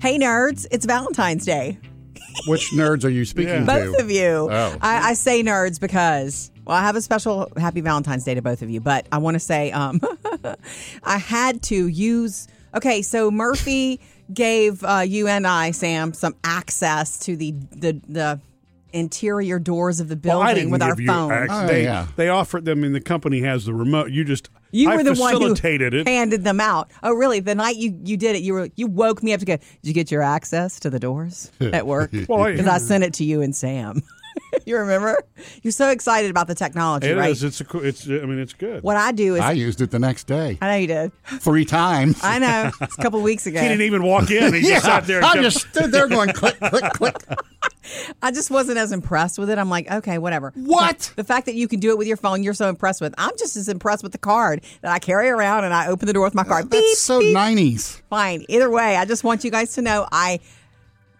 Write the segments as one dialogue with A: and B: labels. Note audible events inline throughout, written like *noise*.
A: Hey, nerds, it's Valentine's Day.
B: Which nerds are you speaking to?
A: Both of you.
B: Oh.
A: I, I say nerds because, well, I have a special happy Valentine's Day to both of you, but I want to say um, *laughs* I had to use. Okay, so Murphy *laughs* gave uh, you and I, Sam, some access to the, the, the interior doors of the building
C: Well, I didn't
A: with
C: give
A: our
C: you
A: phones.
C: access.
B: Oh,
C: they,
B: yeah.
C: they offered them, and the company has the remote. You just
A: You
C: I
A: were the one who
C: facilitated it.
A: handed them out. Oh, really? The night you, you did it, you were you woke me up to go. Did you get your access to the
C: *laughs*
A: doors at work?
C: Well, I-
A: Because I sent it to you and Sam. *laughs* you remember? You're so excited about the technology,
C: It is.
A: right?
C: It's a. co- It's. I mean, it's good.
A: what I do is,
B: I
A: I,
B: used it the next day
A: know you did. *laughs*
B: three times.
A: I
C: *laughs*
A: know. It's a couple weeks ago.
C: He didn't even walk in.
B: *laughs*
C: He just sat there. And
B: I
C: kept-
B: just stood there going click, click, click.
A: I just wasn't as impressed with it. I'm like, okay, whatever.
B: What?
A: The fact that you can do it with your phone, you're so impressed with. I'm just as impressed with the card that I carry around and I open the door with my card. *laughs* Beep,
B: That's so
A: beep,
B: nineties.
A: fine. Either way, I just want you guys to know I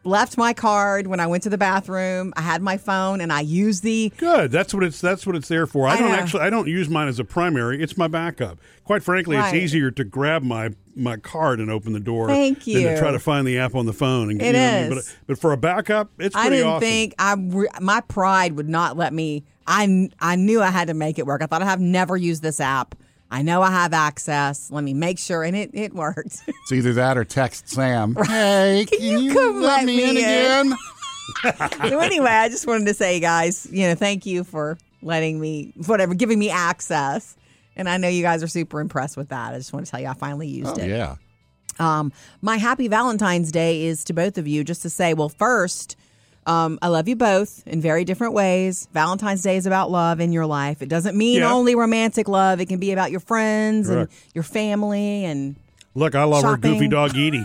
A: left my card when I went to the bathroom. I had my phone and I used the.
C: Good. That's what it's. That's what it's there for. I,
A: I
C: don't
A: know.
C: actually. I don't use mine as a primary. It's my backup. Quite frankly,
A: Right.
C: it's easier to grab my my card and open the door.
A: Thank
C: Than
A: you.
C: to try to find the app on the phone. And,
A: It
C: you know what I mean?
A: is.
C: But, but for a backup, it's
A: I
C: pretty
A: didn't
C: awesome.
A: think I re- my pride would not let me. I kn- I knew I had to make it work. I thought I have never used this app. I know I have access. Let me make sure, and it it worked. *laughs*
B: It's either that or text Sam. Hey, can,
A: you
B: you,
A: come let
B: let me
A: me
B: in,
A: in?
B: again?
A: so anyway, I just wanted to say, guys, you know, thank you for letting me, whatever, giving me access. And I know you guys are super impressed with that. I just want to tell you, I finally used
B: Oh,
A: it.
B: yeah.
A: Um, my happy Valentine's Day is to both of you just to say, well, first, um, I love you both in very different ways. Valentine's Day is about love in your life. It doesn't mean
C: Yeah.
A: only romantic love, it can be about your friends and
C: Correct.
A: your family and.
C: Look, I love
A: Shopping. Um,
C: her goofy dog
A: *laughs*
C: Edie.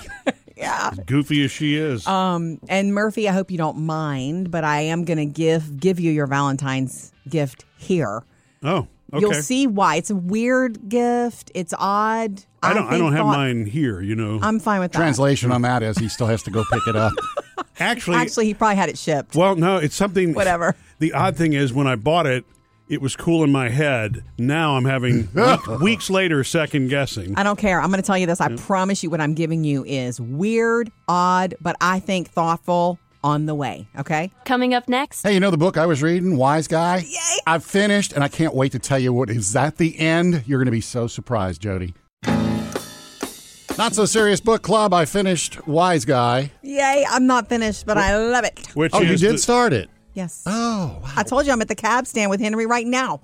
C: yeah. goofy as she is.
A: And Murphy, I hope you don't mind, but I am going to give give you your Valentine's gift here.
C: oh. Okay.
A: You'll see why. It's a weird gift. It's odd.
C: I don't. I,
A: think
C: don't have
A: thought-
C: mine here. You know.
A: I'm fine with that.
B: Translation on that is he still has to go pick
A: *laughs*
B: it up.
C: actually,
A: Actually, he probably had it shipped.
C: Well, no, it's something.
A: *laughs* Whatever.
C: The odd thing is, when I bought it, it was cool in my head. Now
B: *laughs*
C: I'm having week, weeks later second guessing.
A: I don't care. I'm going to tell you this. I promise you what I'm giving you is weird, odd, but I think thoughtful on the way. Okay?
D: Coming up next,
B: hey, you know the book I was reading, Wise Guy? I've finished and I can't wait to tell you what is at the end. You're going to be so surprised, Jody. Not so serious book club. I finished Wise Guy.
A: Yay. I'm not finished, but I love it.
C: Which
B: Oh, you
C: is
B: did
C: the-
B: start it.
A: Yes.
B: Oh, wow.
A: I told you I'm at the cab stand with Henry right now.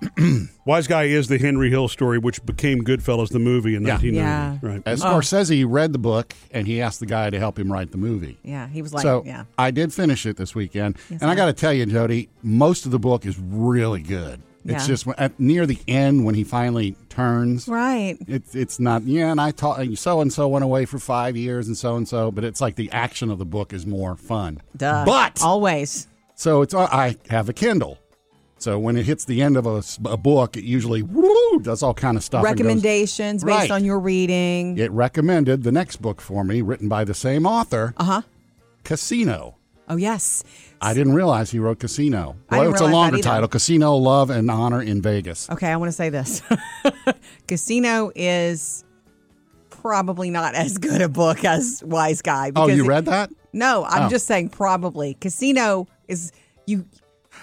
C: Wise Guy is the Henry Hill story, which became Goodfellas the movie in
B: Yeah.
C: 1990. Right.
A: Oh.
B: As Scorsese read the book and he asked the guy to help him write the movie.
A: *coughs* Yeah. He was like,
B: so
A: yeah.
B: I did finish it this weekend, and I got to tell you, Jody, most of the book is really good.
A: Yeah.
B: It's just when- at, near the end when he finally turns.
A: Right.
B: It's it's not yeah, and I taught so and so went away for five years and so and so, but it's like the action of the book is more fun.
A: Duh.
B: But
A: Always.
B: so it's uh, I have a Kindle, so when it hits the end of a, s- a book, it usually woo, does all kind of stuff. and goes-
A: Recommendations based
B: Right.
A: on your reading.
B: It recommended the next book for me, written by the same author. Uh huh. Casino.
A: Uh-huh. Oh, yes.
B: I didn't realize he wrote Casino.
A: I
B: Well,
A: didn't
B: it's
A: realize that
B: a longer
A: either. Oh,
B: title Casino, Love, and Honor in Vegas.
A: Okay, I want to say this. *laughs* Casino is probably not as good a book as Wise Guy.
B: Oh,
A: because
B: you
A: it-
B: read that?
A: No, I'm
B: Oh.
A: just saying probably. Casino is you.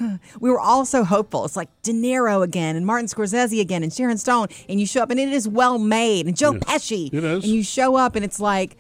A: *sighs* We were all so hopeful. It's like De Niro again, and Martin Scorsese again, and Sharon Stone, and you show up, and it is well made, and Joe Pesci,
C: It is.
A: and you show up, and it's like,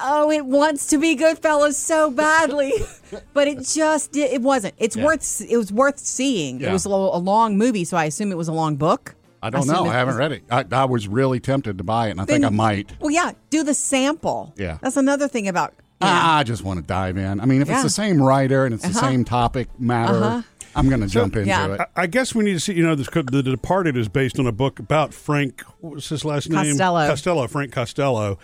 A: oh, it wants to be Goodfellas so badly, *laughs* but it just di- it wasn't. It's worth it was worth seeing. It
B: Yeah.
A: was a, lo- a long movie, so I assume it was a long book.
B: I don't
A: assume
B: know.
A: it
B: I haven't
A: was-
B: read it. I, I was really tempted to buy it, and I think I
A: Then-
B: might.
A: Well, yeah, do the sample.
B: Yeah.
A: that's another thing about.
B: Ah, I just want to dive in. I mean, if
A: Yeah.
B: it's the same writer and it's the
A: Uh-huh.
B: same topic matter, I'm going to jump into
A: Yeah. Uh,
B: it.
C: I, I guess we need to see. You know, this, co- the Departed is based on a book about Frank. What was his last name?
A: Costello.
C: Costello. Frank Costello.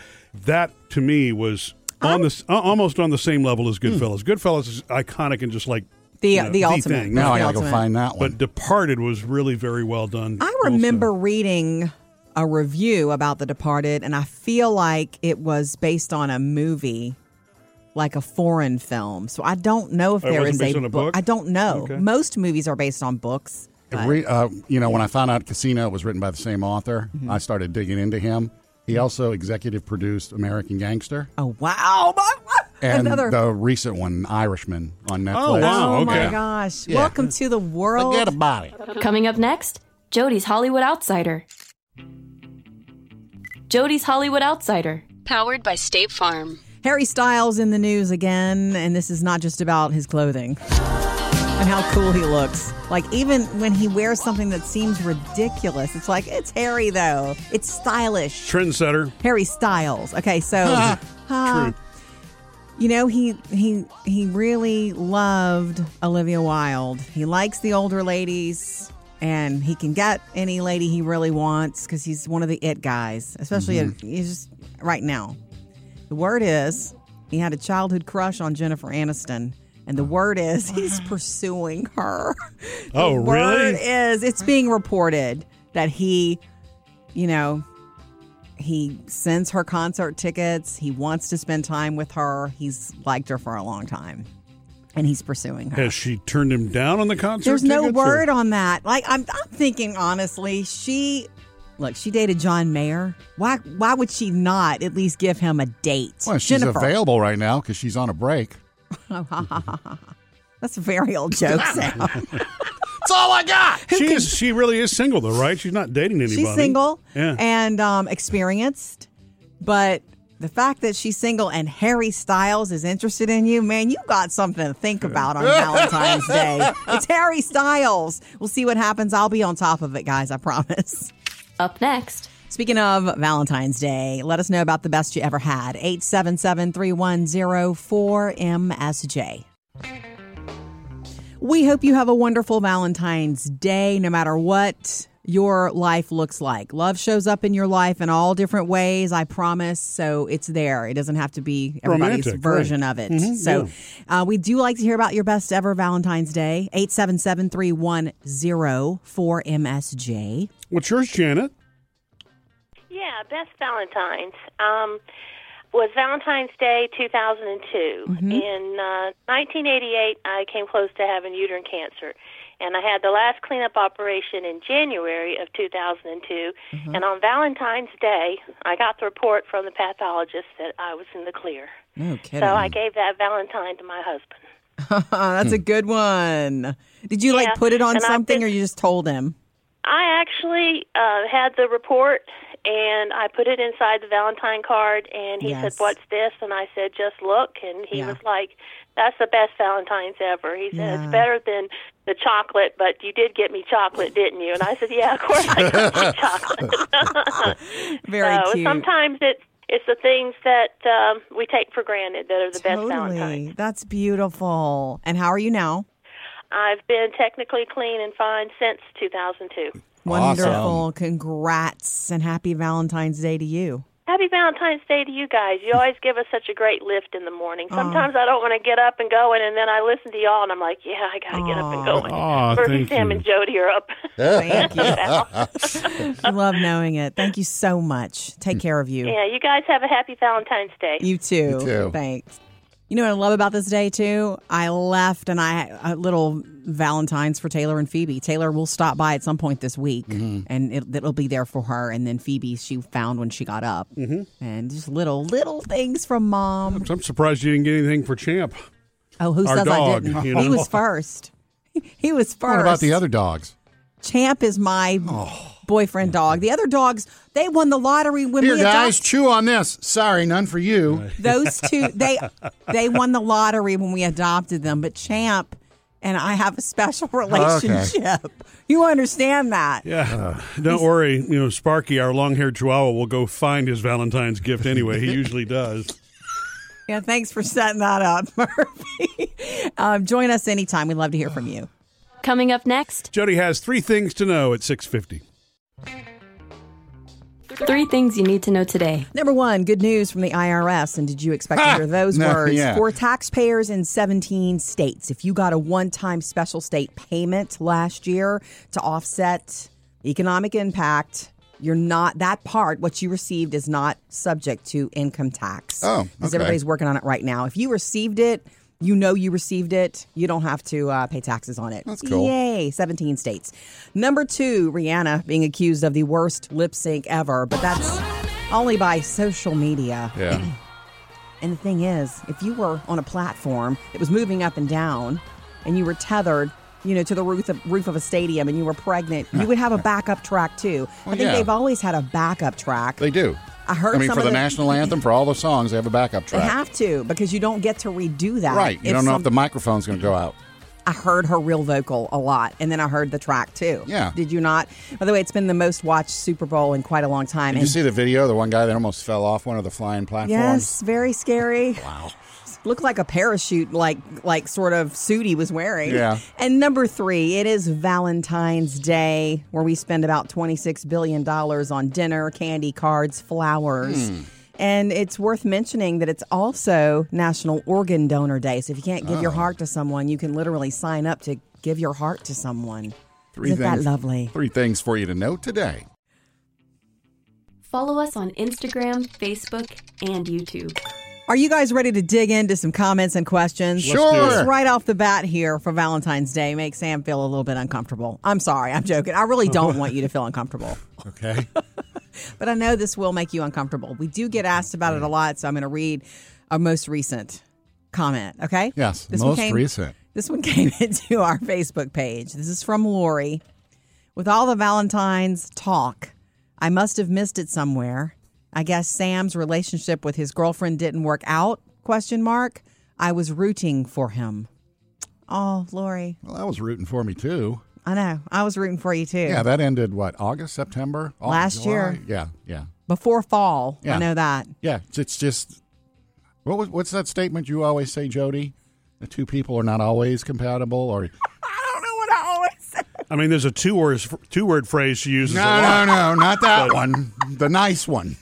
C: That to me was on this almost on the same level as Goodfellas. Goodfellas is iconic and just like
A: Hmm. The-
C: you know,
A: the ultimate.
C: thing.
B: Now I got to go
A: Ultimate.
B: find that one.
C: But Departed was really very well done.
A: I remember reading a review about The Departed, and I feel like it was based on a movie, like a foreign film. So I don't know if
C: Oh, It
A: there
C: wasn't
A: is a,
C: based on a book?
A: I don't know.
C: Okay.
A: Most movies are based on books.
B: It re- uh, you know, when I found out Casino was written by the same author,
A: Mm-hmm.
B: I started digging into him. He also executive produced American Gangster.
A: Oh wow! *laughs*
B: and
A: Another-
B: the recent one, Irishman, on Netflix.
C: Oh, wow.
A: Oh
C: okay.
A: my gosh.
B: Yeah.
A: Welcome to the world.
B: Forget about it.
D: Coming up next, Jody's Hollywood Outsider. Jody's Hollywood Outsider.
E: Powered by State Farm.
A: Harry Styles in the news again, and this is not just about his clothing and how cool he looks. Like, even when he wears something that seems ridiculous, it's like, it's Harry, though. It's stylish.
C: Trendsetter.
A: Harry Styles. Okay, so. Ha.
C: True.
A: You know he he he really loved Olivia Wilde. He likes the older ladies, and he can get any lady he really wants because he's one of the it guys, especially
C: Mm-hmm.
A: he's just right now. The word is he had a childhood crush on Jennifer Aniston, and the word is he's pursuing her. *laughs* The
C: Oh,
A: Word
C: really?
A: is it's being reported that he, you know, he sends her concert tickets. He wants to spend time with her. He's liked her for a long time, and he's pursuing her.
C: Has she turned him down on the concert?
A: There's no
C: tickets, or-
A: word on that. Like I'm, I'm thinking honestly, she look. She dated John Mayer. Why? Why would she not at least give him a date?
B: Well, she's
A: Jennifer,
B: available right now because she's on a break.
A: that's a very old
C: *laughs*
A: joke. Sam.
B: That's all I got.
C: She is. She really is single though, right? She's not dating anybody.
A: she's single
C: Yeah.
A: and um, experienced, but the fact that she's single and Harry Styles is interested in you, man, you got something to think about on Valentine's Day. It's Harry Styles. We'll see what happens. I'll be on top of it, guys. I promise.
D: Up next,
A: Speaking of Valentine's Day, let us know about the best you ever had. 877 310 4MSJ. We hope you have a wonderful Valentine's Day, no matter what your life looks like. Love shows up in your life in all different ways, I promise. So it's there. It doesn't have to be everybody's
C: Romantic,
A: version
C: right. Mm-hmm,
A: of it. so uh, we do like to hear about your best ever Valentine's Day. 877 310 4MSJ.
C: What's yours, Janet?
F: Yeah, best Valentine's um, was Valentine's Day 2002. In uh, 1988, I came close to having uterine cancer, and I had the last cleanup operation in January of 2002. And on Valentine's Day, I got the report from the pathologist that I was in the clear.
A: No kidding.
F: So I gave that Valentine to my husband.
A: Ah, That's a good one. Did you
F: Yeah,
A: like put it on
F: and I
A: something
F: did-
A: or you just told him?
F: I actually uh, had the report and I put it inside the Valentine card, and he
A: Yes.
F: said, "What's this?" And I said, "Just look." And he
A: Yeah.
F: was like, "That's the best Valentine's ever." He said,
A: Yeah.
F: "It's better than the chocolate, but you did get me chocolate, didn't you?" And I said, "Yeah, of course I got
A: *laughs*
F: you chocolate."
A: Very
F: so
A: cute.
F: sometimes it's it's the things that um, we take for granted that are the best Valentines.
A: totally. That's beautiful. And how are you now?
F: I've been technically clean and fine since 2002.
A: Wonderful.
B: Awesome.
A: Congrats and happy Valentine's Day to you.
F: Happy Valentine's Day to you guys. You always give us such a great lift in the morning. Sometimes I don't want to get up and going, and then I listen to y'all, and I'm like, yeah, I got to get up and going.
C: Aw,
F: Murphy,
C: thank
F: Sam,
C: you.
F: and Jody
C: *laughs*
F: are up. *laughs*
A: Thank you. I love knowing it. Thank you so much. Take care of you.
F: yeah, you guys have a happy Valentine's Day.
A: You too.
B: You too.
A: Thanks. You know what I love about this day too? I left and I a little Valentine's for Taylor and Phoebe. Taylor will stop by at some point this week,
B: Mm-hmm.
A: and it, it'll be there for her. And then Phoebe, she found when she got up,
B: Mm-hmm.
A: and just little little things from mom.
C: I'm surprised you didn't get anything for Champ.
A: Oh, who
C: Our
A: says I
C: dog,
A: didn't?
B: *laughs*
C: you know?
A: He was first. *laughs* He was first.
B: What about the other dogs?
A: Champ is my boyfriend dog. The other dogs, they won the lottery when
B: Here,
A: we
B: guys,
A: adopted-
B: chew on this. Sorry, none for you.
A: those two they they won the lottery when we adopted them but champ and i have a special relationship you understand that
C: Yeah. *sighs* Don't worry. You know, Sparky, our long-haired Chihuahua, will go find his Valentine's gift anyway. He
B: *laughs*
C: usually does.
A: yeah thanks for setting that up *laughs* murphy um, join us anytime we'd love to hear from you
D: coming up next,
C: Jody has three things to know at 6:50.
D: three things you need to know today.
A: Number one, good news from the IRS. And did you expect to hear those
B: Ah, No,
A: words?
B: yeah.
A: For taxpayers in 17 states, if you got a one time special state payment last year to offset economic impact, you're not that part, what you received is not subject to income tax.
B: Oh,
A: Because
B: okay.
A: everybody's working on it right now. If you received it, you know you received it. You don't have to uh, pay taxes on it.
B: That's cool.
A: Yay, 17 states. Number two, Rihanna being accused of the worst lip sync ever, but that's only by social media.
B: *laughs* Yeah.
A: And the thing is, if you were on a platform that was moving up and down and you were tethered, you know, to the roof of, roof of a stadium and you were pregnant, you would have a backup track too.
B: Well,
A: I think
B: yeah.
A: they've always had a backup track.
B: They do.
A: I heard
B: I mean,
A: some
B: for
A: of
B: the
A: the-
B: national anthem, for all the songs, they have a backup
A: They
B: track.
A: have to because you don't get to redo that.
B: Right. You
A: If
B: don't know
A: some-
B: if the microphone's going to go out.
A: I heard her real vocal a lot, and then I heard the track too.
B: Yeah.
A: Did you not? By the way, it's been the most watched Super Bowl in quite a long time.
B: Did you
A: and
B: see the video? The one guy that almost fell off one of the flying platforms.
A: yes, very scary.
B: Wow.
A: *laughs* Looked like a parachute, like like sort of suit he was wearing.
B: Yeah.
A: And number three, it is Valentine's Day, where we spend about twenty six billion dollars on dinner, candy, cards, flowers.
B: Hmm.
A: And it's worth mentioning that it's also National Organ Donor Day. So if you can't give your
B: Oh.
A: heart to someone, you can literally sign up to give your heart to someone. Isn't that lovely?
B: Three things for you to know today.
D: Follow us on Instagram, Facebook, and YouTube.
A: Are you guys ready to dig into some comments and questions?
B: Sure. do it.
A: Just right off the bat here for Valentine's Day, make Sam feel a little bit uncomfortable. I'm sorry, I'm joking. I really don't want you to feel
B: *laughs*
A: uncomfortable,
B: Okay.
A: but I know this will make you uncomfortable. We do get asked about it a lot, so I'm going to read our most recent comment. Okay.
B: Yes,
A: This one
B: most
A: came-
B: recent.
A: This one *laughs* came into our Facebook page. This is from Lori. With all the Valentine's talk, I must have missed it somewhere. I guess Sam's relationship with his girlfriend didn't work out? Question mark. I was rooting for him. Oh, Lori,
B: Well, that was rooting for me too.
A: I know. I was rooting for you too.
B: Yeah, that ended what August, September August,
A: Last
B: July?
A: year.
B: Yeah, yeah,
A: Before fall,
B: Yeah.
A: I know that.
B: yeah. It's- It's just what was what's that statement you always say, Jody? The two people are not always compatible, or
A: I don't know what I always say.
C: I mean, there's a two word two word phrase she uses. a
B: no, no,
C: lot.
B: no, not that
C: But-
B: one. The nice one.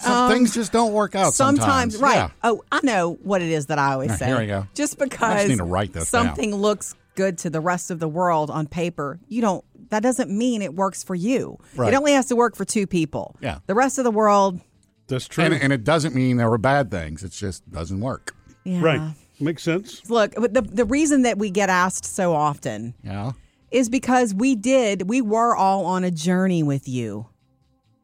B: Some things just don't work out. Sometimes,
A: Um, Oh, sometimes, right?
B: Yeah.
A: Oh, I know what it is that I always
B: Right,
A: say.
B: here we go.
A: Just
B: I
A: because
B: just need to write this down.
A: something looks good to the rest of the world on paper, you don't. That doesn't mean it works for you.
B: Right.
A: It only has to work for two people.
B: Yeah.
A: The rest of the world,
C: That's true.
B: And, and it doesn't mean there were bad things. It just doesn't work.
A: yeah.
B: uh,
C: Right. Makes sense.
A: Look, the the reason that we get asked so often
B: Yeah.
A: is because we did. We were all on a journey with you.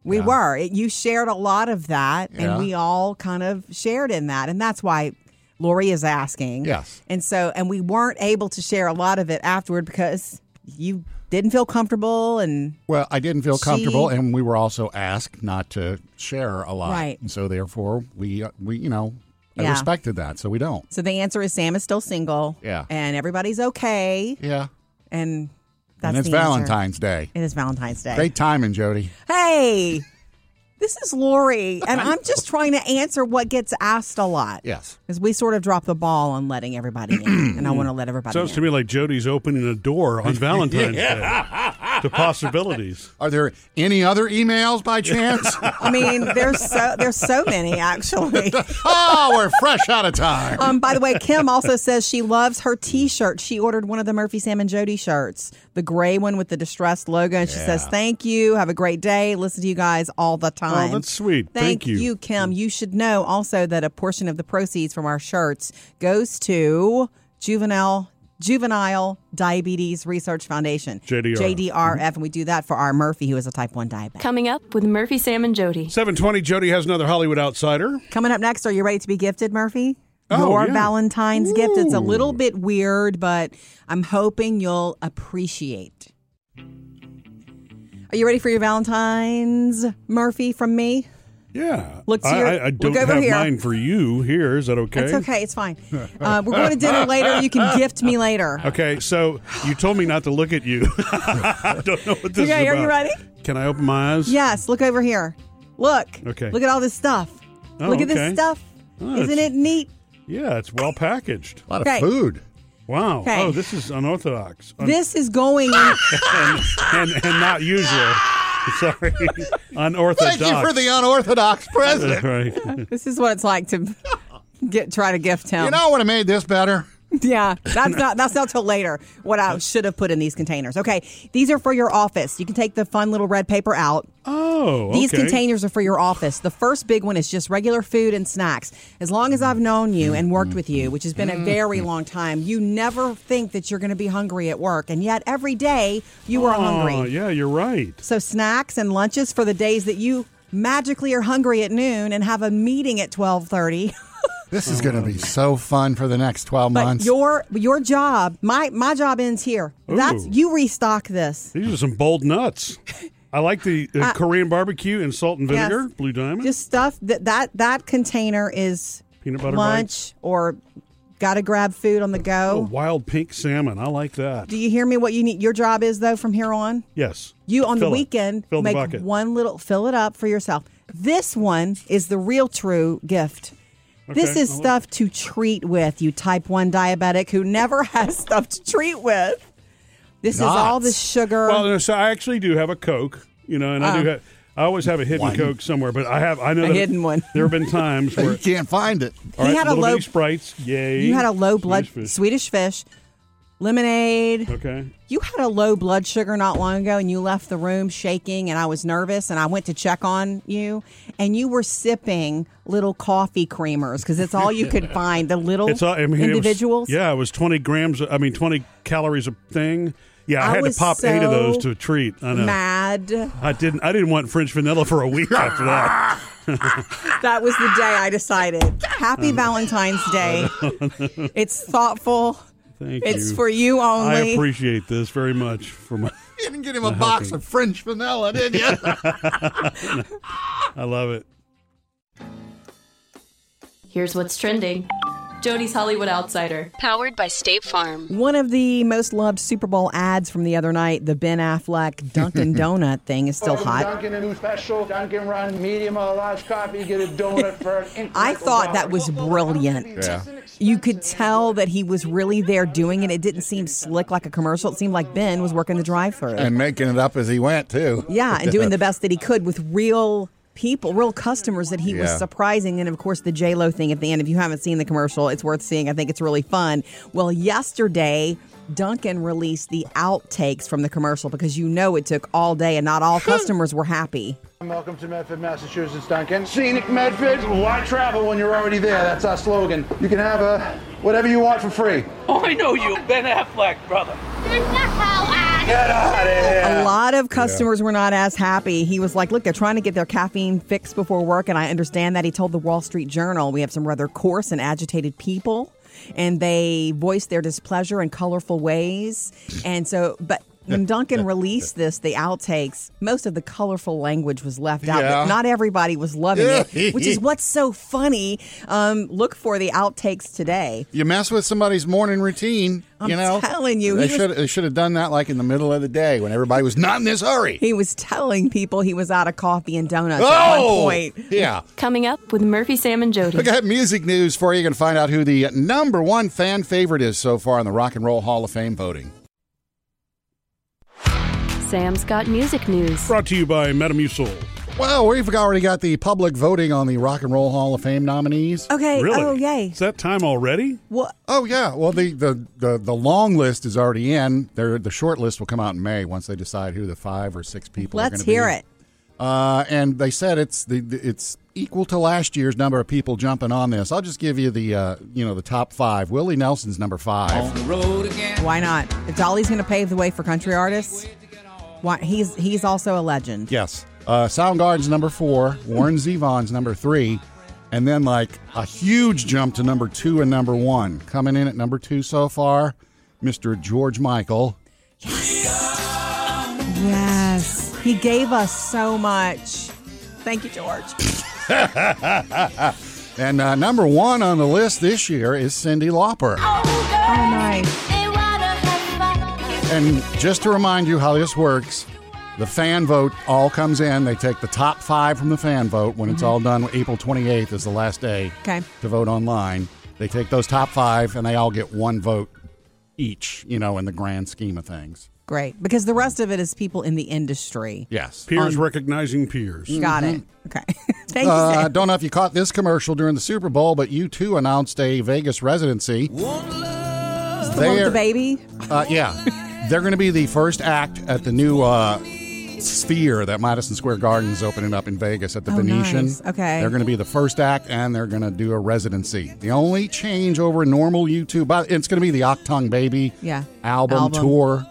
A: We were. It, you shared a lot of that,
B: Yeah.
A: and we all kind of shared in that, and that's why Lori is asking.
B: Yes.
A: and so and we weren't able to share a lot of it afterward because you didn't feel comfortable, and
B: Well, I didn't feel comfortable,
A: She-
B: and we were also asked not to share a lot.
A: Right.
B: And so, therefore, we uh, we you know I
A: Yeah.
B: respected that, so we don't.
A: so the answer is Sam is still single.
B: Yeah.
A: and everybody's okay,
B: Yeah.
A: and that's
B: and it's
A: the answer.
B: Valentine's Day.
A: It is Valentine's Day.
B: Great timing, Jody.
A: hey. This is Lori, and I'm just trying to answer what gets asked a lot.
B: Yes.
A: Because we sort of dropped the ball on letting everybody in, and I want to let everybody
C: Sounds to
A: in.
C: me like Jody's opening
B: *laughs*
C: a door on Valentine's Day to possibilities.
B: Are there any other emails *laughs* by chance?
A: I mean, there's so there's so many
C: *laughs*
A: actually.
B: oh, we're fresh out of time.
A: Um, by the way, Kim also says she loves her T-shirt. She ordered one of the Murphy Sam and Jody shirts, the gray one with the distressed logo, and she says, "Thank you. Have a great day. Listen to you guys all the time."
C: Oh, that's sweet.
A: Thank,
C: Thank you.
A: Kim. You should know also that a portion of the proceeds from our shirts goes to juvenile juvenile diabetes research foundation
C: JDRF. Mm-hmm.
A: and we do that for our murphy who is a type 1 diabetic
D: Coming up with Murphy, Sam, and Jody.
C: 720, Jody has another Hollywood Outsider.
A: Coming up next, are you ready to be gifted, Murphy?
C: Oh,
A: Your
C: yeah.
A: Valentine's gift. It's a little bit weird, but I'm hoping you'll appreciate. Are you ready for your Valentine's, Murphy, from me?
C: Yeah.
A: Look to
C: I,
A: your-
C: I, I
A: look
C: don't
A: over
C: have
A: here.
C: mine for you here. Is that okay?
A: It's okay. It's
C: *laughs*
A: fine. Uh, we're going to dinner later. You can gift me later.
C: Okay, so you told me not to look at you. *laughs* I don't know what *laughs* this
A: Okay,
C: is
A: are you
C: about.
A: ready?
C: Can I open my eyes?
A: Yes, look over here. Look.
C: Okay.
A: Look at all this stuff.
C: Oh,
A: look at this
C: okay.
A: stuff.
C: Oh,
A: Isn't
C: it's-
A: it neat?
C: Yeah, it's well packaged.
B: A lot
A: Okay.
B: of food.
C: Wow.
A: Okay.
C: Oh, this is unorthodox.
A: *laughs*
C: Un-
A: This is
C: *laughs*
A: going.
C: and, and, and not usual. *laughs* Sorry. Unorthodox.
B: Thank you for the *laughs* unorthodox present.
C: *laughs*
A: *laughs*
C: Right.
A: this is what it's like to *laughs* get try to gift him.
B: You know what would have made this better?
A: Yeah, that's not that's not till later. What I should have put in these containers. Okay, these are for your office. You can take the fun little red paper out.
C: Oh,
A: These
C: okay.
A: containers are for your office. The first big one is just regular food and snacks. As long as I've known you and worked with you, which has been a very long time, you never think that you're going to be hungry at work, and yet every day you are
C: Oh,
A: hungry.
C: yeah, you're right.
A: So snacks and lunches for the days that you magically are hungry at noon and have a meeting at *laughs* 1230.
B: This is going to be so fun for the next 12
A: But
B: months.
A: your your job, my my job ends here. That's
C: Ooh.
A: you restock this.
C: These are some bold nuts. I like the uh, Korean barbecue and salt and
A: Yes.
C: vinegar, blue diamond.
A: Just stuff that that that container is
C: Peanut butter
A: lunch or got to grab food on the
C: oh,
A: go.
C: wild pink salmon. I like that.
A: Do you hear me? What you need your job is though from here on.
C: Yes.
A: You on the
C: Fill it.
A: weekend
C: Fill the
A: make
C: bucket.
A: one little fill it up for yourself. This one is the real true gift. This
C: Okay,
A: is
C: I like
A: stuff to treat with, you type 1 diabetic who never *laughs* has stuff to treat with. This is all the
B: Nuts.
A: sugar.
C: Well, no, so I actually do have a Coke, you know, and I do have. I always have a hidden
B: One.
C: Coke somewhere, but I have. I know
A: Ah. A
C: that
A: hidden one.
C: There have
A: *laughs*
C: been times
B: *laughs*
C: where
B: you can't find it.
C: all
A: He
C: right,
A: had a
C: little
A: low-
C: bitty sprites. Yay!
A: you had a low
C: Swedish
A: blood
C: fish.
A: Swedish fish, lemonade.
C: Okay.
A: You had a low blood sugar not long ago and you left the room shaking and I was nervous and I went to check on you and you were sipping little coffee creamers because it's all you
C: *laughs*
A: could find, the little
C: It's all, I mean,
A: individuals.
C: It was, yeah, it was twenty grams. I mean, twenty calories a thing. Yeah,
A: I
C: I, had to
A: was
C: pop eight of those
A: so
C: to treat. I know.
A: Mad.
C: I didn't. I didn't want French vanilla for
A: *laughs*
C: a week after that.
A: That was the day I decided. Happy Valentine's Day.
C: *laughs*
A: It's thoughtful.
C: Thank you.
A: It's for you only.
C: I appreciate this very much. For my,
B: You didn't get him a box of French vanilla, did you?
C: I love it.
D: Here's what's trending Jody's Hollywood Outsider.
E: Powered by State Farm.
A: One of the most loved Super Bowl ads from the other night, the Ben Affleck
C: *laughs*
A: Dunkin' Donut thing, is still
G: Oh,
A: hot.
G: Dunkin' a new special. Dunkin' run medium or large coffee. Get a donut for an incremental
A: *laughs* I thought that
G: dollar.
A: was brilliant.
B: Yeah.
A: You could tell that he was really there doing it. It didn't seem slick like a commercial. It seemed like Ben was working the drive through.
B: *laughs* and making it up as he went, too.
A: Yeah,
B: *laughs*
A: and doing the best that he could with real people, real customers that he was
B: Yeah.
A: surprising. And of course, the J Lo thing at the end. If you haven't seen the commercial, it's worth seeing. I think it's really fun. Well, yesterday. Duncan released the outtakes from the commercial because you know it took all day and not
B: *laughs*
A: all customers were happy.
G: Welcome to Medford, Massachusetts, Dunkin'. Scenic Medford. Why travel when you're already there? That's our slogan. You can have a whatever you want for free.
H: Oh, *laughs* I know you, Ben Affleck, brother.
G: Get out of here.
A: A lot of customers were not as happy. He was like, Look, they're trying to get their caffeine fixed before work. And I understand that. He told the Wall Street Journal, We have some rather coarse and agitated people, and they voice their displeasure in colorful ways. And so, but.
B: *laughs*
A: When Duncan released this, the outtakes, most of the colorful language was left out.
B: Yeah.
A: But not everybody was loving
B: Yeah.
A: it, which is what's so funny. Um, look for the outtakes today.
B: You mess with somebody's morning routine,
A: I'm
B: you know.
A: telling you,
B: They
A: he was-
B: should, they should have done that like in the middle of the day when everybody was not in this hurry.
A: He was telling people he was out of coffee and donuts at one
B: oh!
A: point.
B: Yeah.
D: Coming up with Murphy, Sam, and Jody.
B: Look at music news for you. You can find out who the number one fan favorite is so far in the Rock and Roll Hall of Fame voting.
D: Sam's got music news.
C: Brought to you by Metamucil.
B: Well, we've already got the public voting on the Rock and Roll Hall of Fame nominees.
A: Okay.
C: Really?
A: Oh, yay.
C: Is that time already?
A: What?
B: Oh yeah, well the the the, the long list is already in. Their the short list will come out in May once they decide who the five or six people. are
A: Let's
B: gonna
A: hear
B: be.
A: it.
B: Uh, and they said it's the, the- it's equal to last year's number of people jumping on this. I'll just give you the uh, you know the top five. Willie Nelson's number five.
A: Why not? If Dolly's going to pave the way for country artists, why he's he's also a legend.
B: Yes. Uh, Soundgarden's number four. Warren Zevon's number three. And then like a huge jump to number two and number one. Coming in at number two so far, Mr. George Michael.
A: Yes, he gave us so much. Thank you, George.
B: And uh, number one on the list this year is Cindy Lauper.
A: Oh, nice.
B: And just to remind you how this works, the fan vote all comes in. They take the top five from the fan vote when it's all done. April 28th is the last day
A: Mm-hmm. Okay.
B: to vote online. They take those top five and they all get one vote each, you know, in the grand scheme of things.
A: Great, because the rest of it is people in the industry.
B: Yes.
C: Peers recognizing peers.
A: Got it. Okay. *laughs* Thank you.
B: Mm-hmm. Uh, I
A: Sam.
B: don't know if you caught this commercial during the Super Bowl, but you too announced a Vegas residency.
A: The one with the
B: They're-
A: baby.
B: Uh, yeah. They're going to be the first act at the new uh, sphere that Madison Square Garden is opening up in Vegas at the
A: Oh,
B: Venetian.
A: nice. Okay.
B: They're going to be the first act and they're going to do a residency. The only change over normal U2, but it's going to be the Octung Baby
A: Yeah.
B: album,
A: Album.
B: tour,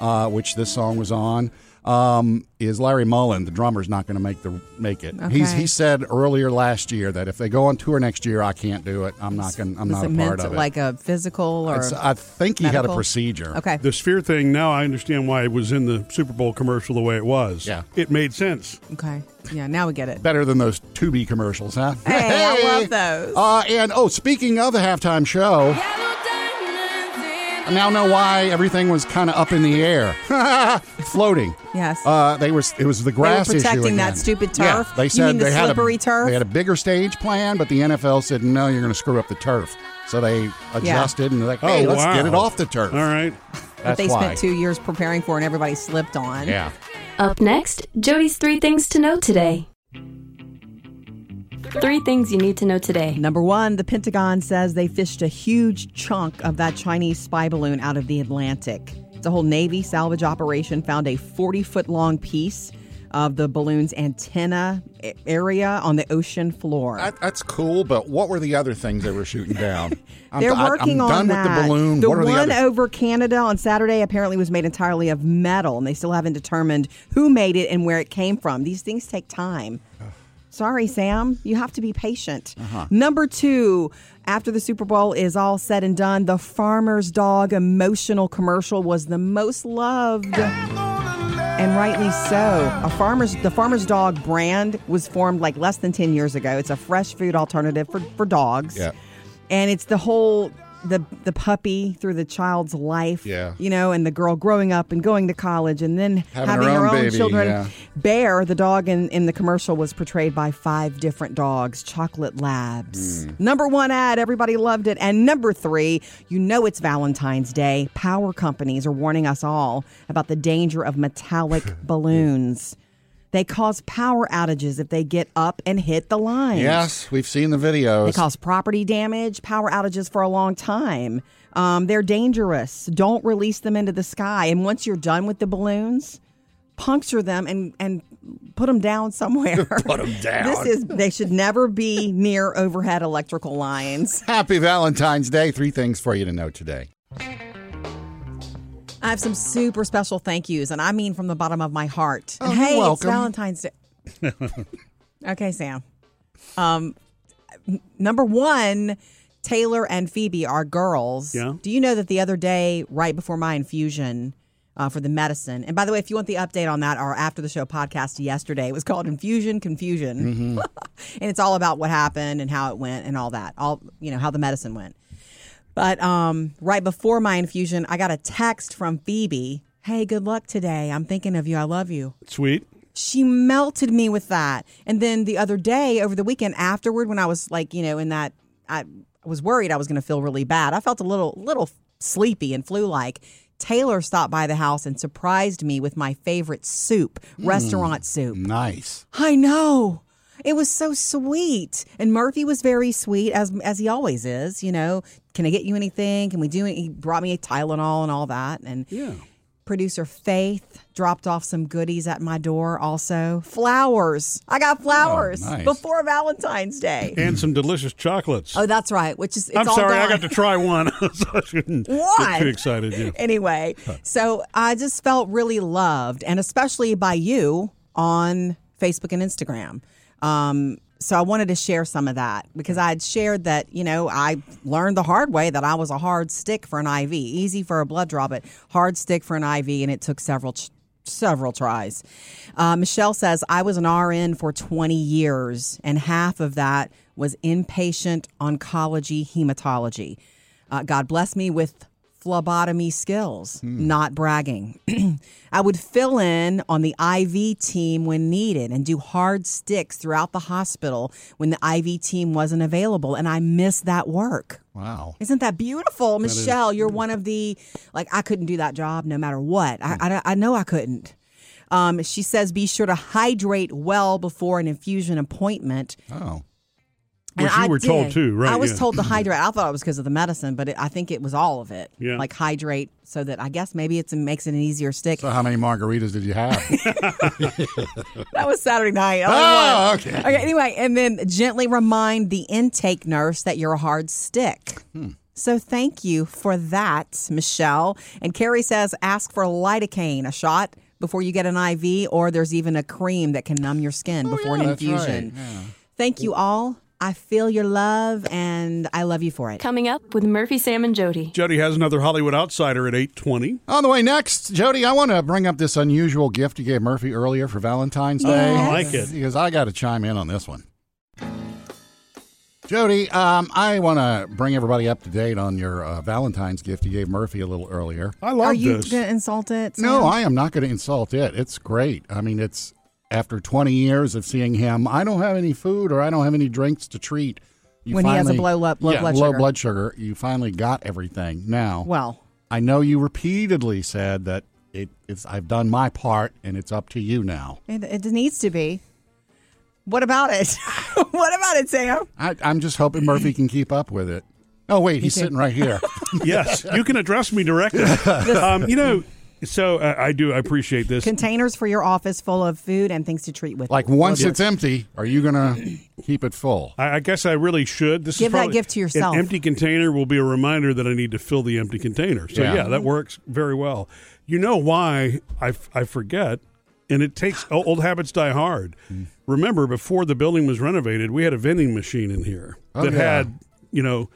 B: uh, which this song was on. um, is Larry Mullen, the drummer's not going to make the make it. He's
A: Okay.
B: he said earlier last year that if they go on tour next year, I can't do it. I'm not going. I'm
A: Was
B: not a
A: it meant
B: part
A: to-
B: of it.
A: like a physical or
B: It's- I think he had a
A: medical?
B: procedure.
A: okay?
C: The sphere thing, now I understand why it was in the Super Bowl commercial the way it was.
B: Yeah.
C: It made sense.
A: Okay, yeah, now we get it.
B: Better than those Tubi commercials, huh?
A: Hey, I love those.
B: Uh, and oh, speaking of the halftime show, I now know why everything was kind of up in the air, *laughs* floating.
A: Yes.
B: Uh, they were. It was the grass issue
A: protecting that
B: again.
A: stupid
B: Yeah,
A: turf?
B: they
A: You
B: said
A: mean the
B: they had a
A: slippery turf?
B: They had a bigger stage plan, but the NFL said no, you're going to screw up the turf. So they adjusted and they're like, hey,
C: oh,
B: let's
C: wow.
B: get it off the turf.
C: All right.
A: That
B: That's
A: they
B: why.
A: spent two years preparing for and everybody slipped on.
B: Yeah.
D: Up next, Jody's three things to know today. Three things you need to know today.
A: Number one, the Pentagon says they fished a huge chunk of that Chinese spy balloon out of the Atlantic. The whole Navy salvage operation found a 40 foot long piece of the balloon's antenna a- area on the ocean floor.
B: That, that's cool, but what were the other things they were shooting down?
A: *laughs*
B: I'm,
A: They're
B: I-
A: working
B: I'm
A: on
B: done
A: that.
B: with the balloon. what are the
A: one
B: other?
A: over Canada on Saturday apparently was made entirely of metal, and they still haven't determined who made it and where it came from. These things take time. Sorry, Sam. You have to be patient.
B: Uh-huh.
A: Number two, after the Super Bowl is all said and done, the Farmer's Dog emotional commercial was the most loved. And rightly so. A farmer's the farmer's dog brand was formed like less than ten years ago. It's a fresh food alternative for, for dogs.
B: Yeah.
A: And it's the whole the the puppy through the child's life.
B: Yeah.
A: You know, and the girl growing up and going to college and then
B: Having
A: having,
B: her
A: her,
B: own
A: own,
B: baby,
A: children.
B: yeah.
A: Bear, the dog in, in the commercial, was portrayed by five different dogs, Chocolate
B: Hmm.
A: Labs. Number one ad, everybody loved it. And number three, you know it's Valentine's Day. Power companies are warning us all about the danger of
B: *laughs*
A: metallic balloons. They cause power outages if they get up and hit the lines.
B: Yes, we've seen the videos.
A: They cause property damage, power outages for a long time. Um, they're dangerous. Don't release them into the sky. And once you're done with the balloons, puncture them and and put them down
B: *laughs*
A: somewhere. put them
B: down.
A: *laughs* This is they should never be near overhead electrical lines.
B: Happy Valentine's Day. Three things for you to know today.
A: I have some super special thank yous, and I mean from the bottom of my heart.
B: Oh,
A: And
B: you're
A: hey,
B: welcome.
A: it's Valentine's Day. *laughs* okay, Sam. Um, n- number one, Taylor and Phoebe are girls.
C: Yeah.
A: Do you know that the other day, right before my infusion uh, for the medicine, and by the way, if you want the update on that, our after the show podcast yesterday it was called Infusion Confusion, *laughs* and it's all about what happened and how it went and all that. All you know how the medicine went. But um, right before my infusion, I got a text from Phoebe. Hey, good luck today. I'm thinking of you. I love you.
C: Sweet.
A: She melted me with that. And then the other day, over the weekend afterward, when I was like, you know, in that, I was worried I was going to feel really bad. I felt a little, little sleepy and flu like. Taylor stopped by the house and surprised me with my favorite soup, restaurant soup.
B: Nice.
A: I know. It was so sweet. And Murphy was very sweet, as as he always is, you know. Can I get you anything? Can we do it? He brought me a Tylenol and all that. And
C: Yeah.
A: producer Faith dropped off some goodies at my door also. Flowers. I got flowers
B: Oh, nice.
A: before Valentine's Day.
C: *laughs* And some delicious chocolates.
A: oh, that's right. Which is it's
C: I'm
A: all
C: sorry, I
A: gone.
C: got to try one. *laughs* so I shouldn't
A: One.
C: get too excited. Yeah.
A: *laughs* anyway, so I just felt really loved, and especially by you on Facebook and Instagram. Um, so I wanted to share some of that because I had shared that you know I learned the hard way that I was a hard stick for an IV, easy for a blood draw, but hard stick for an IV, and it took several. Ch- Several tries. Uh, Michelle says, I was an RN for 20 years, and half of that was inpatient oncology hematology. Uh, God bless me with phlebotomy skills, not bragging. *clears throat* I would fill in on the IV team when needed and do hard sticks throughout the hospital when the IV team wasn't available. And I miss that work. *laughs*
B: Wow.
A: Isn't that beautiful, Michelle? You're one of the like I couldn't do that job no matter what. I I, I know I couldn't. Um, she says be sure to hydrate well before an infusion appointment.
B: Oh.
C: Which you were told too, right,
A: I was
C: yeah. Mm-hmm.
A: told to hydrate. I thought it was because of the medicine, but it, I think it was all of it.
C: Yeah.
A: Like hydrate, so that I guess maybe it's, it makes it an easier stick.
B: So how many margaritas did you have?
A: *laughs* Oh, That was Saturday night. I
B: Oh,
C: Ah,
A: only one.
B: okay.
A: Okay. Anyway, and then gently remind the intake nurse that you're a hard stick.
C: Hmm.
A: So thank you for that, Michelle. And Carrie says, ask for lidocaine, a shot before you get an IV, or there's even a cream that can numb your
C: Oh,
A: skin before an
B: that's
A: infusion.
B: right, yeah.
A: Thank you all. I feel your love, and I love you for it.
D: Coming up with Murphy, Sam, and Jody.
C: Jody has another Hollywood Outsider at 820.
B: On the way next, Jody, I want to bring up this unusual gift you gave Murphy earlier for Valentine's Day.
C: Oh, I like it.
B: Because I got to chime in on this one. Jody, um, I want to bring everybody up to date on your uh, Valentine's gift you gave Murphy a little earlier.
C: I love
A: Are you
C: this.
A: gonna insult it? Sam?
B: No, I am not going to insult it. It's great. I mean, it's after 20 years of seeing him, I don't have any food or I don't have any drinks to treat. You
A: When he has a blow up- low
B: yeah,
A: blood
B: low
A: sugar.
B: blood sugar. You finally got everything. Now,
A: Well,
B: I know you repeatedly said that it, it's I've done my part and it's up to you now.
A: it, it needs to be. What about it? *laughs* what about it, Sam?
B: I, I'm just hoping Murphy can keep up with it. Oh wait, he's
A: too.
B: sitting
A: *laughs*
B: right here.
C: yes, you can address me directly. um, you know, so uh, I do I appreciate this.
A: Containers for your office full of food and things to treat with.
B: like
A: it.
B: once it's empty, are you gonna keep it full?
C: I, I guess I really should. This
A: Give
C: is
A: that
C: probably,
A: gift to yourself.
C: An empty container will be a reminder that I need to fill the empty container. So
B: Yeah.
C: yeah, that works very well. You know why I, f- I forget, and it takes o- old habits die hard. Remember, before the building was renovated, we had a vending machine in here
B: Oh,
C: that
B: yeah.
C: had you know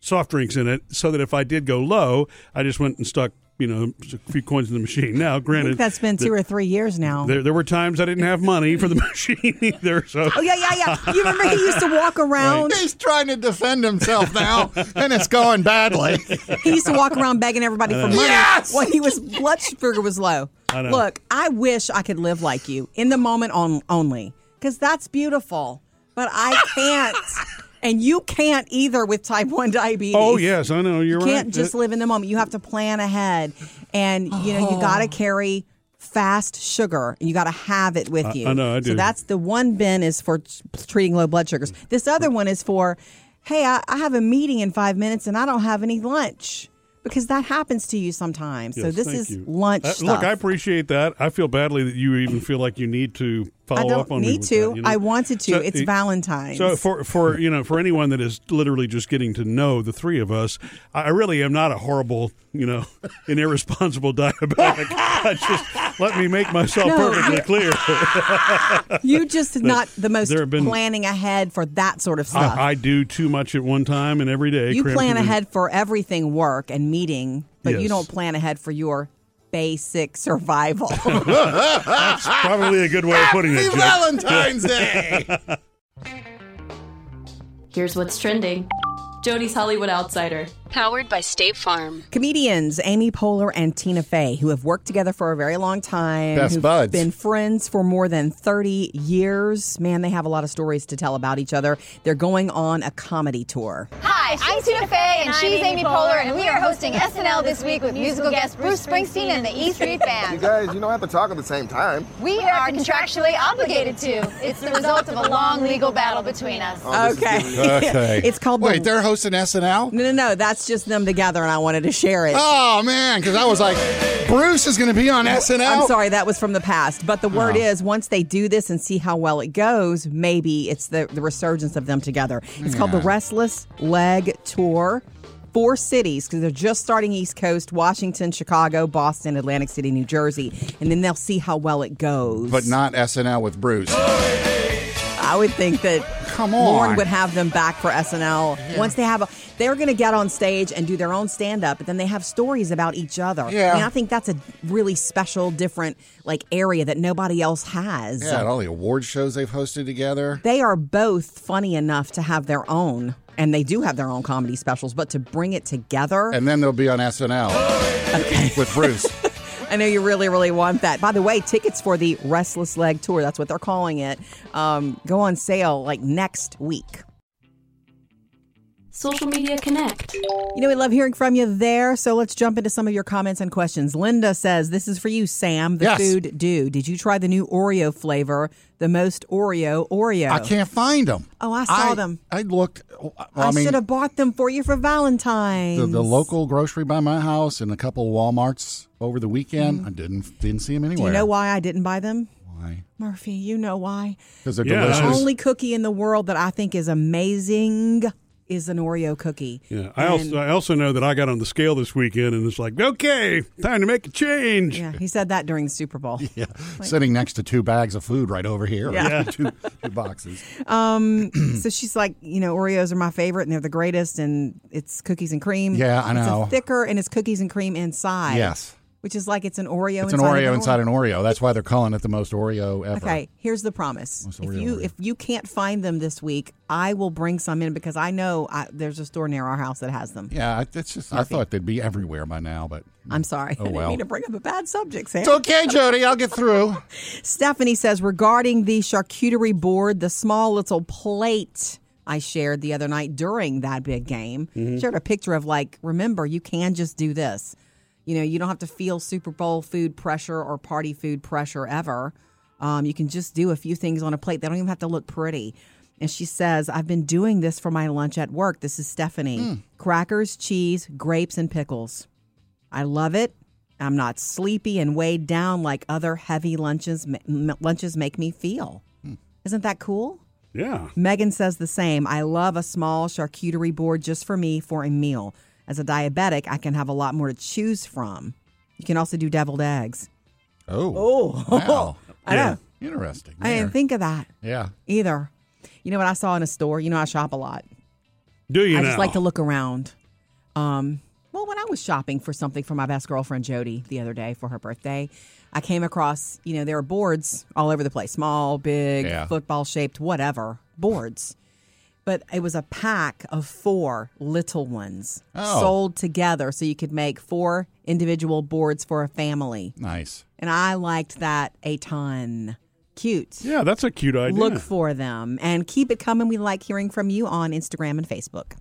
C: soft drinks in it, so that if I did go low, I just went and stuck you know a few coins in the machine. Now,
A: I think
C: granted,
A: that's been
C: the-
A: two or three years now.
C: there, there were times I didn't have money for the *laughs* machine either. So
A: Oh yeah, yeah, yeah. You remember he used to walk around.
B: He's trying to defend himself now, and it's going
C: *laughs*
B: badly.
A: He used to walk around begging everybody for money
B: Yes!
A: when he was blood sugar was low.
C: know.
A: Look, I wish I could live like you in the moment on, only because that's beautiful, but I can't, and you can't either with type one diabetes.
C: Oh yes, I know
A: you
C: you're right.
A: can't just
C: That-
A: live in the moment. You have to plan ahead, and you know you got
C: Oh.
A: to carry fast sugar. You got to have it with you.
C: I know, I do.
A: So that's the one bin is for t- treating low blood sugars. This other one is for, hey, I, I have a meeting in five minutes and I don't have any lunch because that happens to you sometimes. so
C: Yes,
A: this
C: thank
A: is
C: you.
A: lunch.
C: Uh,
A: stuff.
C: Look, I appreciate that. I feel badly that you even feel like you need to follow
A: I don't
C: up on me
A: need
C: with
A: to.
C: that, you know?
A: I wanted to.
C: So,
A: it's
C: uh,
A: Valentine's.
C: So for for you know for anyone that is literally just getting to know the three of us, I I really am not a horrible you know *laughs* an irresponsible *laughs* diabetic. I just let me make myself
A: No,
C: perfectly
A: *laughs*
C: clear.
A: you just not the most
C: *laughs* there have been-
A: planning ahead for that sort of stuff.
C: I, I do too much at one time and every day.
A: Uh-huh. you
C: crammed
A: plan
C: into-
A: ahead for everything work and meeting, but you
C: Yes.
A: don't plan ahead for your basic survival.
C: *laughs*
A: *laughs*
C: That's probably a good way of putting it.
B: Happy
C: Jeff.
B: Valentine's Day.
C: *laughs*
D: Here's what's trending Jody's Hollywood Outsider.
E: Powered by State Farm.
A: Comedians Amy Poehler and Tina Fey, who have worked together for a very long time,
B: Best
A: who've
B: buds.
A: been friends for more than 30 years. Man, they have a lot of stories to tell about each other. They're going on a comedy tour.
I: Hi, I'm Tina Fey, and she's Amy Poehler, and we are hosting SNL this week with musical guest Bruce Springsteen and the E Street Band.
J: Guys, you don't have to talk at the same time.
I: We are contractually obligated to. It's the result of a long legal battle between us.
A: Okay. it's called
B: Wait,
A: the-
B: they're hosting SNL.
A: No, no, no. That's just them together, and I wanted to share it.
B: Oh man, because I was like, Bruce is going to be on SNL.
A: I'm sorry, that was from the past. But the word is, once they do this and see how well it goes, maybe it's the, the resurgence of them together. It's called the Restless Leg Tour. Four cities, because they're just starting East Coast, Washington, Chicago, Boston, Atlantic City, New Jersey. And then they'll see how well it goes.
B: But not SNL with Bruce.
A: I would think that
B: Come
A: Lauren
B: on.
A: would have them back for SNL once they have a. They're going to get on stage and do their own stand up, but then they have stories about each other.
B: Yeah.
A: I, mean, I think that's a really special, different like area that nobody else has.
B: Yeah, at all the award shows they've hosted together.
A: They are both funny enough to have their own, and they do have their own comedy specials, but to bring it together.
B: and then they'll be on SNL with
A: *laughs*
B: Bruce.
A: I know you really, really want that. By the way, tickets for the Restless Leg Tour, that's what they're calling it, um, go on sale like next week.
D: Social Media Connect.
A: You know, we love hearing from you there. So let's jump into some of your comments and questions. Linda says, This is for you, Sam, the
B: Yes.
A: food dude. Did you try the new Oreo flavor, the most Oreo Oreo?
B: I can't find them.
A: Oh, I saw them.
B: I looked. well,
A: I,
B: I, mean,
A: should have bought them for you for Valentine's.
B: the, the local grocery by my house and a couple of WalMarts over the weekend. I didn't didn't see them
A: Mm-hmm. Do
B: anywhere.
A: you know why I didn't buy them?
B: Why?
A: Murphy, you know why.
B: Because they're
C: Yeah.
A: The
B: delicious.
A: only cookie in the world that I think is amazing is an Oreo cookie.
C: Yeah, I also I also know that I got on the scale this weekend, and it's like, okay, time to make a change.
A: Yeah, he said that during the Super Bowl.
B: Yeah, sitting next to two bags of food right over here.
A: Yeah. *laughs*
B: *laughs* two, two boxes.
A: Um, so she's like, you know, Oreos are my favorite, and they're the greatest, and it's cookies and cream.
B: Yeah, I know.
A: It's a thicker, and it's cookies and cream inside.
B: Yes.
A: which is like it's an Oreo.
B: It's an
A: inside of
B: Oreo inside an Oreo. That's why they're calling it the most Oreo ever.
A: Okay, here's the promise.
B: What's the
A: if
B: real
A: you
B: Oreo?
A: if you can't find them this week, I will bring some in because I know I, there's a store near our house that has them.
B: Yeah, I- it's just I thought they'd be everywhere by now, but
A: I'm sorry. *laughs*
B: Oh,
A: I didn't
B: well.
A: mean to bring up a bad subject, Sam.
B: it's okay, Jody. I'll get
A: *laughs*
B: through.
A: Stephanie says regarding the charcuterie board, the small little plate I shared the other night during that big game shared a picture of like, remember, you can just do this. You know, you don't have to feel Super Bowl food pressure or party food pressure ever. Um, you can just do a few things on a plate. They don't even have to look pretty. And she says, I've been doing this for my lunch at work. This is Stephanie. Crackers, cheese, grapes, and pickles. I love it. I'm not sleepy and weighed down like other heavy lunches m- lunches make me feel. Isn't that cool?
C: Yeah.
A: Megan says the same. I love a small charcuterie board just for me for a meal. As a diabetic, I can have a lot more to choose from. You can also do deviled eggs.
B: Oh.
A: Oh.
B: Wow.
A: *laughs* I know.
B: Interesting.
A: I didn't
B: there.
A: think of that
B: yeah.
A: either. You know what I saw in a store? You know I shop a lot.
C: Do you
A: I
C: now?
A: just like to look around. Um, well, when I was shopping for something for my best girlfriend Jody the other day for her birthday, I came across you know there are boards all over the place, small, big,
B: Yeah.
A: football shaped, whatever boards. But it was a pack of four little ones
B: Oh.
A: sold together, so you could make four individual boards for a family,
B: Nice.
A: and I liked that a ton. Cute.
C: Yeah, that's a cute idea.
A: Look for them and keep it coming. We like hearing from you on Instagram and Facebook.